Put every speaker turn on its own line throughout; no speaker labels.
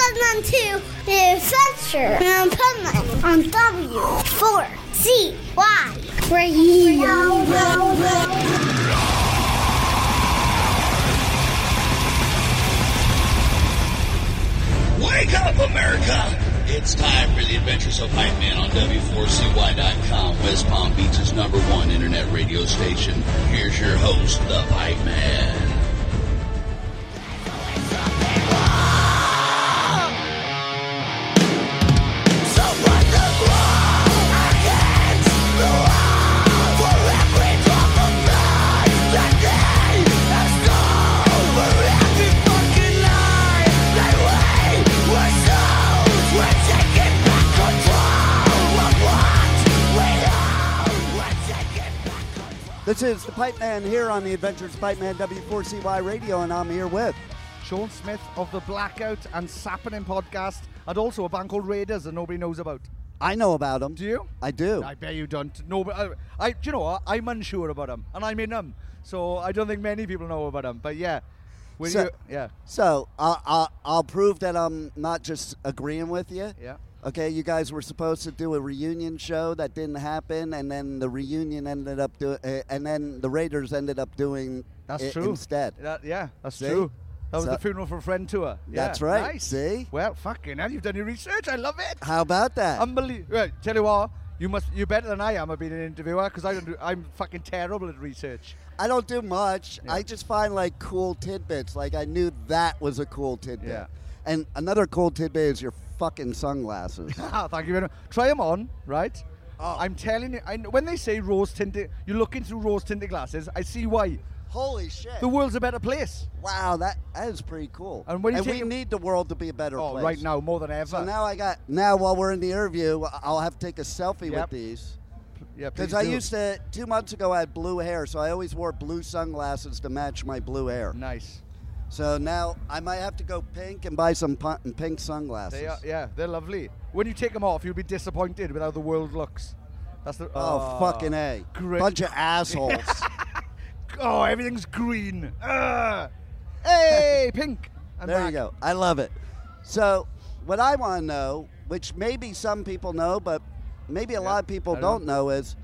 to the adventure in Finland on W4CY Radio.
Wake up, America! It's time for the adventures of Hype Man on W4CY.com, West Palm Beach's number one internet radio station. Here's your host, the Hype Man.
This is the Pipe Man here on the Adventures Pipe Man W4CY Radio, and I'm here with.
Sean Smith of the Blackout and Sappening podcast, and also a band called Raiders that nobody knows about.
I know about him.
Do you?
I do.
I bet you don't. No, but I, I, do you know what? I'm unsure about them, and I'm in them, so I don't think many people know about them. But yeah, will
So-
you? Yeah,
So I'll, I'll, I'll prove that I'm not just agreeing with you.
yeah.
Okay, you guys were supposed to do a reunion show that didn't happen, and then the reunion ended up doing, uh, and then the Raiders ended up doing
That's
it
true.
instead.
That, yeah, that's
See?
true. That was
So-
the funeral for a friend tour. Yeah,
That's right.
Nice.
See?
Well, fucking hell, you've done your research. I love it.
How about that?
Unbelievable. Right, tell you what, you must. You're better than I am at being an interviewer because I don't. Do, I'm fucking terrible at research.
I don't do much. I just find like cool tidbits. Like I knew that was a cool tidbit.
Yeah.
And another cool tidbit is your fucking sunglasses.
Ah, thank you very much. Try them on, right?
Oh.
I'm telling you, I, kn- when they say rose tinted, you're looking through rose tinted glasses. I see why.
Holy shit!
The world's a better place.
wow, that that is pretty cool.
And when you
we
take-
need the world to be a better
Oh,
place
right now, more than ever.
So now I got now while we're in the interview, I'll have to take a selfie
Yep.
with these.
yeah,
Because
please
I
do.
used to two months ago I had blue hair, so I always wore blue sunglasses to match my blue hair.
Nice.
So now I might have to go pink and buy some pun- pink sunglasses.
They are, yeah, they're lovely. When you take them off, you'll be disappointed with how the world looks. That's the. ah.
Oh, fucking a
Great.
bunch of assholes.
Oh, everything's green. Ugh. Hey, pink. I'm
There you
back.
go. I love it. So, what I want to know, which maybe some people know, but maybe a
Yeah,
lot of people
I don't
don't know, is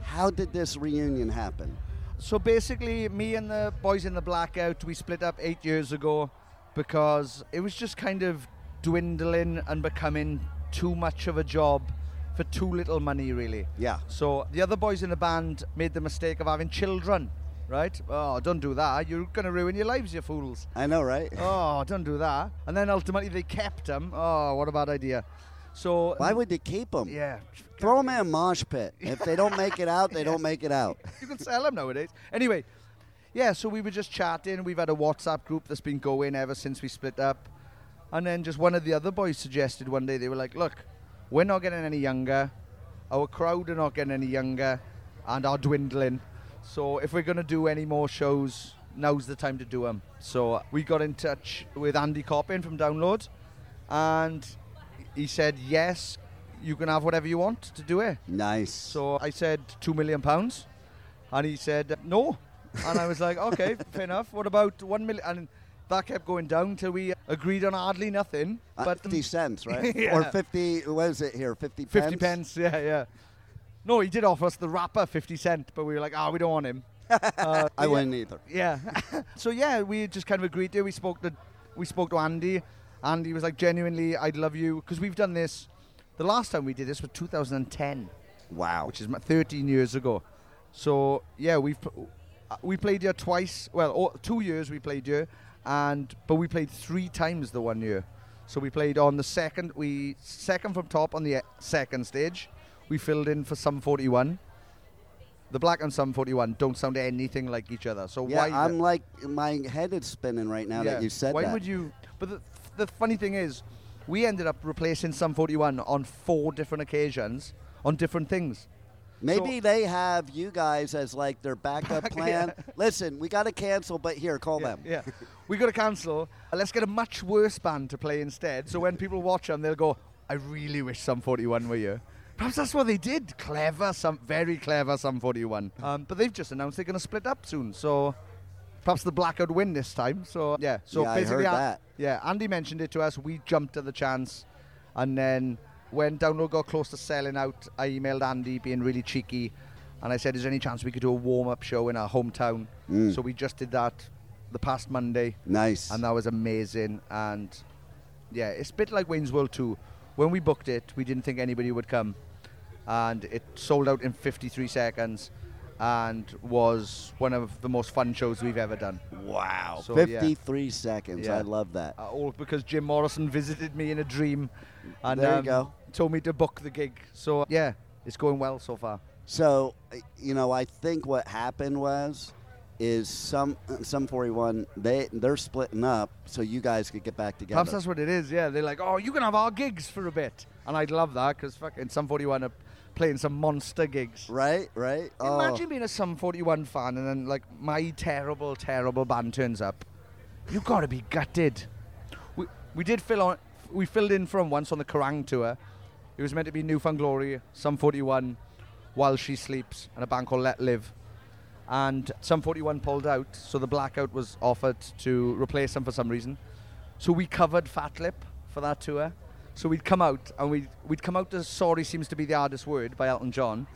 how did this reunion happen?
So basically, me and the boys in the blackout, we split up eight years ago because it was just kind of dwindling and becoming too much of a job for too little money, really.
Yeah.
So the other boys in the band made the mistake of having children, right? Oh, don't do that. You're going to ruin your lives, you fools.
I know, right?
Oh, don't do that. And then ultimately, they kept them. Oh, what a bad idea. So
Why would you keep them?
yeah,
Throw them in a mosh pit. If they don't make it out, they don't make it out.
you can sell them nowadays. Anyway, yeah, so we were just chatting. We've had a WhatsApp group that's been going ever since we split up. And then just one of the other boys suggested one day, they were like, look, we're not getting any younger. Our crowd are not getting any younger and are dwindling. So if we're going to do any more shows, now's the time to do them. So we got in touch with Andy Coppin from Download and he said, yes, you can have whatever you want to do it.
Nice.
So I said two million pounds, and he said no, and I was like, okay, fair enough. What about one million? And that kept going down till we agreed on hardly nothing.
Uh,
But
50 cents, right?
Yeah.
Or 50, what is it here? 50 pence?
fifty pence, yeah, yeah. No, he did offer us the wrapper fifty cent, but we were like, ah, we don't want him. Uh,
I wouldn't either.
Yeah. so yeah, we just kind of agreed to. it. We spoke to, we spoke to Andy. Andy was like, genuinely, I'd love you because we've done this. The last time we did this was 2010.
Wow.
which is ma- 13 years ago. So yeah, we've pl- uh, we played here twice. Well, o- two years we played here, and but we played three times the one year. So we played on the second, we second from top on the e- second stage. We filled in for Sum 41. The Black and Sum 41 don't sound anything like each other. So
yeah,
why? the-
I'm like, my head is spinning right now that you said
why
that.
would you? But the, the funny thing is, we ended up replacing Sum 41 on four different occasions on different things.
Maybe they have you guys as like their backup plan. Listen, we got to cancel, but here, call them.
Yeah, we got to cancel. Uh, Let's get a much worse band to play instead. So when people watch them, they'll go, "I really wish Sum 41 were you." Perhaps that's what they did. Clever, some very clever Sum 41. Um, but they've just announced they're going to split up soon. So Perhaps the blackout win this time. So yeah. So
Yeah, I
basically,
heard
An-
that.
yeah, Andy mentioned it to us. We jumped at the chance, and then when Download got close to selling out, I emailed Andy, being really cheeky, and I said, "Is there any chance we could do a warm-up show in our hometown?" So we just did that the past Monday
Nice.
and that was amazing. And yeah, it's a bit like Wayne's World 2. When we booked it, we didn't think anybody would come, and it sold out in 53 seconds, and was one of the most fun shows we've ever done.
wow.
So, yeah.
53 seconds.
Yeah.
I love that.
Uh, all because Jim Morrison visited me in a dream, and
There you
um,
go.
told me to book the gig. So uh, yeah, it's going well so far.
So, uh, you know, I think what happened was is some some 41 they they're splitting up so you guys could get back together.
Perhaps that's what it is. Yeah, they're like, oh, you can have our gigs for a bit, and I'd love that because fucking some 41 are playing some monster gigs.
right, right? Oh,
Imagine being a Sum 41 fan and then like my terrible, terrible band turns up. You've got to be gutted. We, we did fill on, we filled in for 'em once on the Kerrang tour. It was meant to be Newfound Glory, Sum 41, While She Sleeps, and a band called Let Live. And Sum 41 pulled out, so the blackout was offered to replace them for some reason. So we covered Fat Lip for that tour. So we'd come out and we'd, we'd come out to Sorry Seems to Be the Hardest Word by Elton John.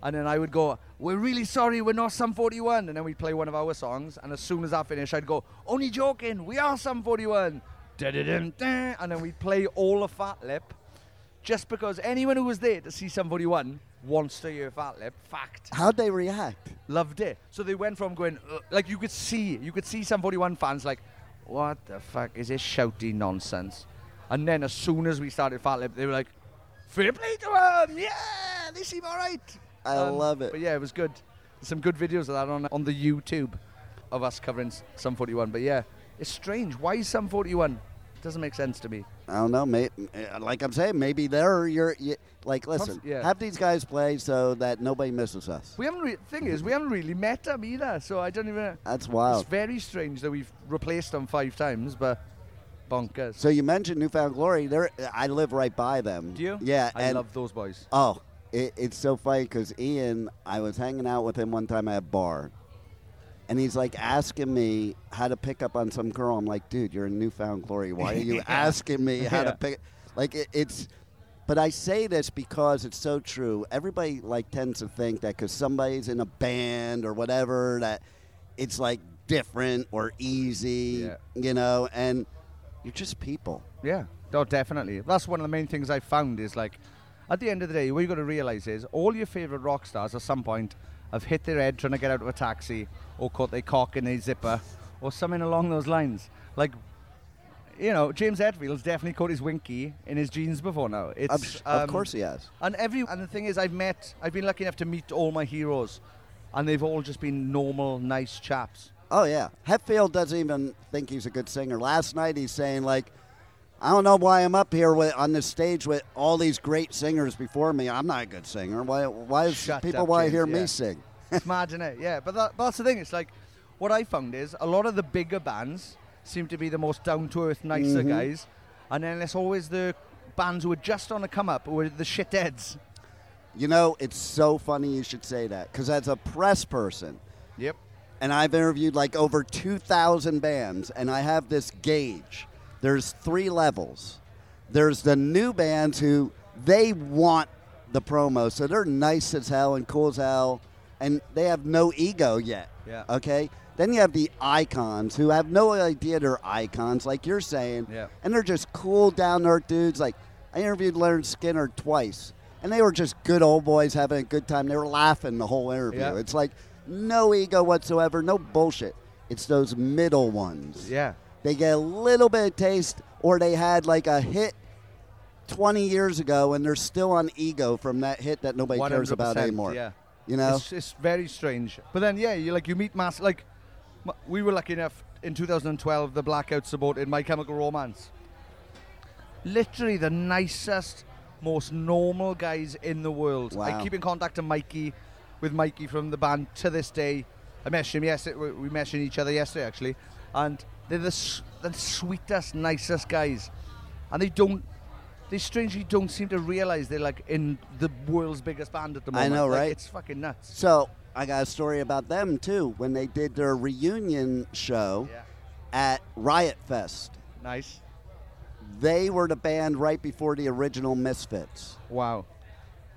And then I would go, We're really sorry, we're not Sum 41. And then we'd play one of our songs. And as soon as I finished, I'd go, Only joking, we are Sum 41. Da-da-dum, da. And then we'd play all of Fat Lip just because anyone who was there to see Sum 41 wants to hear Fat Lip. Fact.
how'd they react?
Loved it. So they went from going, "Ugh," like you could see, you could see Sum 41 fans like, What the fuck is this shouty nonsense? And then as soon as we started Fat Lip, they were like, Fair play to them! Yeah, they seem all right.
I love it.
But yeah, it was good. Some good videos of that on on the YouTube of us covering S- Sum 41. But yeah, it's strange. Why is Sum 41? Doesn't make sense to me.
I don't know. May, uh, like I'm saying, maybe they're your. You, like, listen,
yeah.
have these guys play so that nobody misses us.
We haven't. Re- thing is, we haven't really met them either. So I don't even.
That's wild.
It's very strange that we've replaced them five times, but bonkers.
So you mentioned Newfound Glory. They're, I live right by them.
Do you?
Yeah.
I
and,
love those boys.
Oh, it, it's so funny because Ian, I was hanging out with him one time at a bar, and he's like asking me how to pick up on some girl. I'm like, dude, you're in Newfound Glory. Why are you asking me how
Yeah.
to pick? Like it, it's. But I say this because it's so true. Everybody like tends to think that because somebody's in a band or whatever that it's like different or easy,
Yeah.
you know. And you're just people.
Yeah, oh, definitely. That's one of the main things I found is like, at the end of the day, what you got to realize is all your favorite rock stars at some point have hit their head trying to get out of a taxi, or caught their cock in a zipper, or something along those lines. Like, you know, James Hetfield's definitely caught his winky in his jeans before now. It's
Of, sh of
um,
course he has.
And every and the thing is, I've met, I've been lucky enough to meet all my heroes, and they've all just been normal, nice chaps.
Oh yeah, Hetfield doesn't even think he's a good singer. Last night he's saying like, I don't know why I'm up here with, on this stage with all these great singers before me. I'm not a good singer. Why? Why is
Shut
people
up,
want to
James,
hear
yeah.
me sing?
it's mad, isn't it? Yeah, but that, that's the thing. It's like what I found is a lot of the bigger bands seem to be the most down to earth, nicer guys, and then there's always the bands who are just on a come up, who are the shitheads.
You know, it's so funny you should say that because as a press person,
Yep.
and I've interviewed like over 2,000 bands, and I have this gauge. There's three levels. There's the new bands who they want the promo, so they're nice as hell and cool as hell, and they have no ego yet.
Yeah.
Okay. Then you have the icons who have no idea they're icons, like you're saying,
Yeah.
and they're just cool, down to earth dudes. Like I interviewed Leonard Skinner twice, and they were just good old boys having a good time. They were laughing the whole interview.
Yeah.
It's like no ego whatsoever, no bullshit. It's those middle ones.
Yeah.
They get a little bit of taste, or they had like a hit 20 years ago, and they're still on ego from that hit that nobody cares about
100%,
anymore.
Yeah.
You know?
It's, it's very strange. But then, yeah, you like you meet mass like m- we were lucky enough in 2012 the blackout supported My Chemical Romance. Literally the nicest, most normal guys in the world. I
Wow.
keep in contact to Mikey, with Mikey from the band to this day. I messaged him yesterday. We we messaged each other yesterday actually, and they're the, s- the sweetest, nicest guys, and they don't. They strangely don't seem to realize they're like in the world's biggest band at the
I
moment.
know,
Like,
right?
It's fucking nuts.
So I got a story about them too when they did their reunion show
Yeah.
at Riot Fest.
Nice.
They were the band right before the original Misfits.
Wow.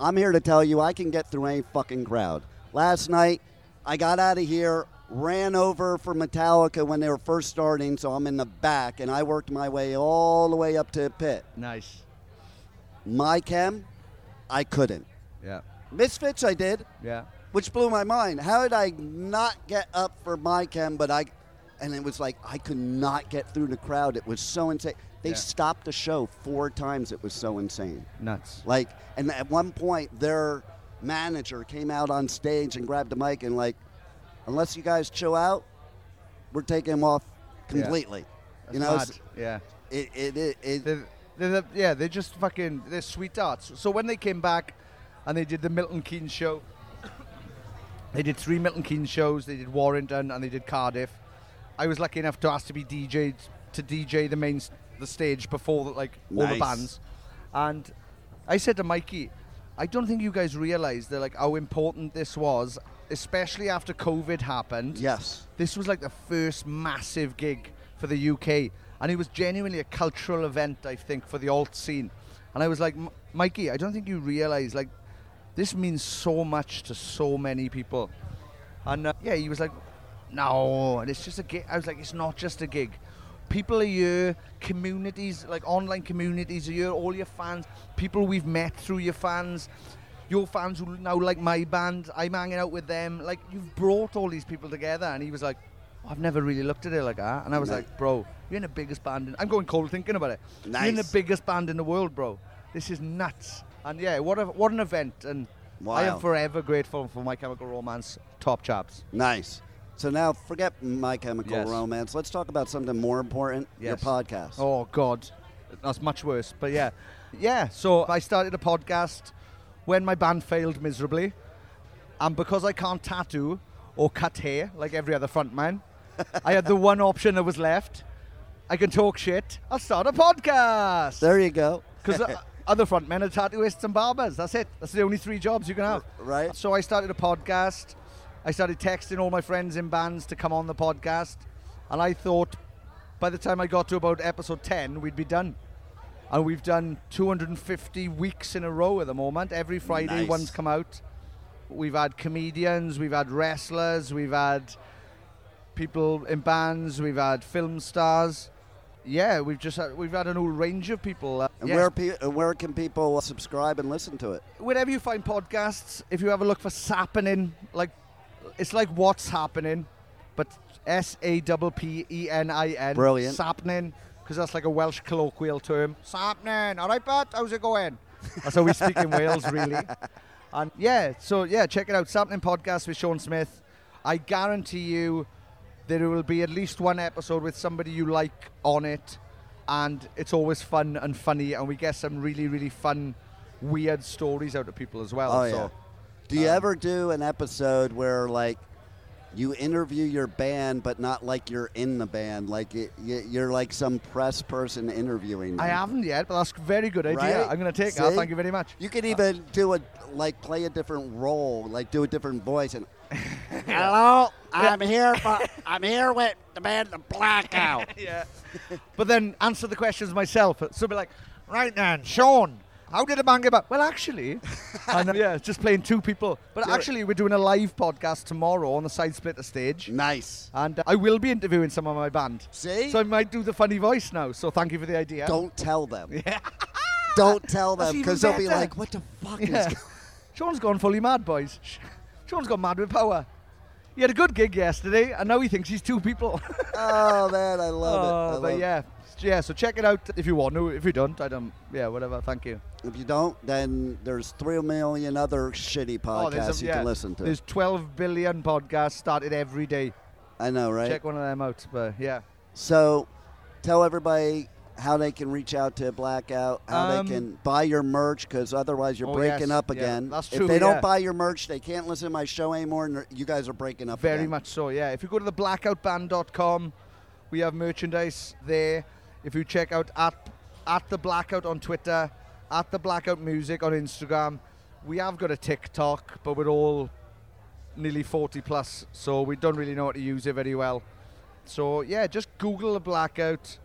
I'm here to tell you I can get through any fucking crowd. Last night, I got out of here, ran over for Metallica when they were first starting, so I'm in the back, and I worked my way all the way up to the pit.
Nice.
My chem, I couldn't.
Yeah.
Misfits, I did,
Yeah.
which blew my mind. How did I not get up for my chem, but I, and it was like I could not get through the crowd. It was so insane. They
Yeah.
stopped the show four times. It was so insane.
Nuts.
Like, and at one point, their manager came out on stage and grabbed the mic and like, unless you guys chill out, we're taking him off completely.
That's
You know,
mad.
it's-
yeah.
it it it, it
They're, they're, the- yeah, they're just fucking, they're sweethearts. So when they came back and they did the Milton Keynes show, they did three Milton Keynes shows, they did Warrington and they did Cardiff. I was lucky enough to ask to be DJ to DJ the main s- the stage before the, like all
Nice.
the bands, and I said to Mikey, I don't think you guys realise that like how important this was, especially after COVID happened.
yes,
This was like the first massive gig for the UK, and it was genuinely a cultural event, I think, for the alt scene. And I was like, "M- Mikey, I don't think you realise like this means so much to so many people. And uh, yeah, he was like, no, and it's just a gig. I was like, it's not just a gig. People are here, communities, like online communities are here, all your fans, people we've met through your fans, your fans who now like my band, I'm hanging out with them. Like, you've brought all these people together. And he was like, I've never really looked at it like that. And I was
No.
like, bro, you're in the biggest band. In- I'm going cold thinking about it. You're in the
Nice.
biggest band in the world, bro. This is nuts. And yeah, what, a, what an event. And I
Wow.
am forever grateful for My Chemical Romance top chaps.
nice. So now forget my chemical
Yes.
romance. Let's talk about something more important. Your
Yes.
podcast.
Oh God, that's much worse. But yeah, yeah. So I started a podcast when my band failed miserably, and because I can't tattoo or cut hair like every other frontman, I had the one option that was left. I can talk shit. I'll start a podcast
there you go.
because. uh, Other frontmen are tattooists and barbers. That's it. That's the only three jobs you can have.
R- right.
So I started a podcast. I started texting all my friends in bands to come on the podcast. And I thought by the time I got to about episode 10, we'd be done. And we've done 250 weeks in a row at the moment. Every Friday,
Nice.
one's come out. We've had comedians, we've had wrestlers, we've had people in bands, we've had film stars. Yeah, we've just had, we've had an whole range of people. Uh,
and
yes,
where pe- uh, where can people subscribe and listen to it?
whenever you find podcasts, if you have a look for Sappening, like it's like what's happening, but S A P P E N I N.
Brilliant.
Sappening, because that's like a Welsh colloquial term. Sappening. All right, Pat, how's it going? That's how we speak in Wales, really. And yeah, so yeah, check it out. Sappening podcast with Sean Smith. I guarantee you there will be at least one episode with somebody you like on it and it's always fun and funny and we get some really really fun weird stories out of people as well
Oh
so
yeah. Um, Do you ever do an episode where like you interview your band, but not like you're in the band, like it, you- you're like some press person interviewing?
i
them,
haven't yet but that's a very good idea
right?
i'm going to take that
See?
thank you very much Uh,
You could even do a like play a different role, like do a different voice, and hello, I'm here for I'm here with the band The Blackout.
yeah but then answer the questions myself so be like right then sean how did the band get about well actually and uh, yeah just playing two people but
Do it.
actually we're doing a live podcast tomorrow on the side splitter stage
nice.
and uh, I will be interviewing some of my band.
See?
So I might do the funny voice now. So thank you for the idea.
Don't tell them. Don't tell
That's
them
even
because they'll be
better.
like, "What the fuck is?"
Yeah.
Going?
Sean's gone fully mad, boys. Sean's gone mad with power. He had a good gig yesterday, and now he thinks he's two people.
Oh man, I love it. I
but
love it.
yeah, yeah. So check it out if you want. No, if you don't, I don't. Yeah, whatever. Thank you.
If you don't, then there's three million other shitty podcasts
Oh, a-
you
yeah,
can listen to.
There's 12 billion podcasts started every day.
I know, right?
Check one of them out. But yeah,
So, tell everybody how they can reach out to Blackout, how
Um,
they can buy your merch, because otherwise you're
Oh,
breaking
yes,
up
yeah,
again.
that's
If
true,
they
yeah.
don't buy your merch, they can't listen to my show anymore, and you guys are breaking up.
very
again.
much so. Yeah. If you go to the blackoutband.com, we have merchandise there. If you check out at at the blackout on Twitter, at the blackout music on Instagram, we have got a TikTok, but we're all nearly 40 plus, so we don't really know how to use it very well. So yeah, just Google the blackout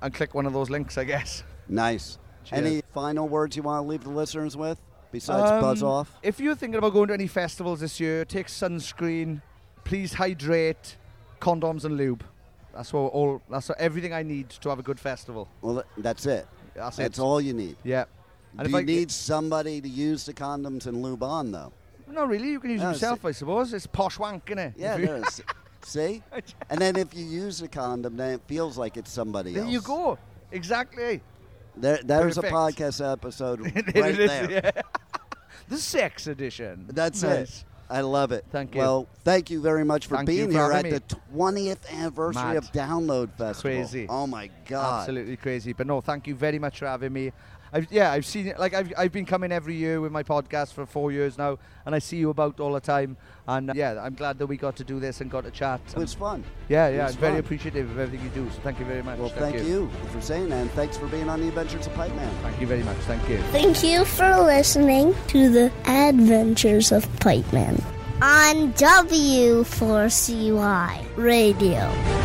and click one of those links, I guess.
Nice.
Cheers.
Any final words you want to leave the listeners with besides
Um,
buzz off?
If you're thinking about going to any festivals this year, take sunscreen. Please hydrate, condoms and lube. That's what all. That's what- everything I need to have a good festival.
Well, th- that's it.
That's,
That's
it.
all you need.
Yeah.
Do
if
you
I-
need somebody to use the condoms and lube on though?
No, really. You can use
No,
it
it's-
yourself, I suppose. It's posh wank, innit?
Yeah,
If you-
there is. See? And then if you use a condom, then it feels like it's somebody
there
else.
you go. Exactly.
There, there's
Perfect.
a podcast episode right
There it is,
there.
yeah. the sex edition.
That's
Nice.
it. I love it.
Thank you.
Well, thank you very much for
Thank you
being
for
here at
having
the 20th anniversary
Mad.
of Download Festival.
Crazy.
Oh my God.
Absolutely crazy. But no, thank you very much for having me. I've, yeah, I've seen it. Like I've, I've been coming every year with my podcast for four years now, and I see you about all the time. And uh, yeah, I'm glad that we got to do this and got to chat.
It was fun.
yeah,
it
yeah, I'm
was
very
fun.
appreciative of everything you do. So thank you very much.
Well, thank, you. for saying that, and thanks for being on the Adventures of Pipe Man.
Thank you very much. Thank you.
Thank you for listening to the Adventures of Pipe Man on W4CY Radio.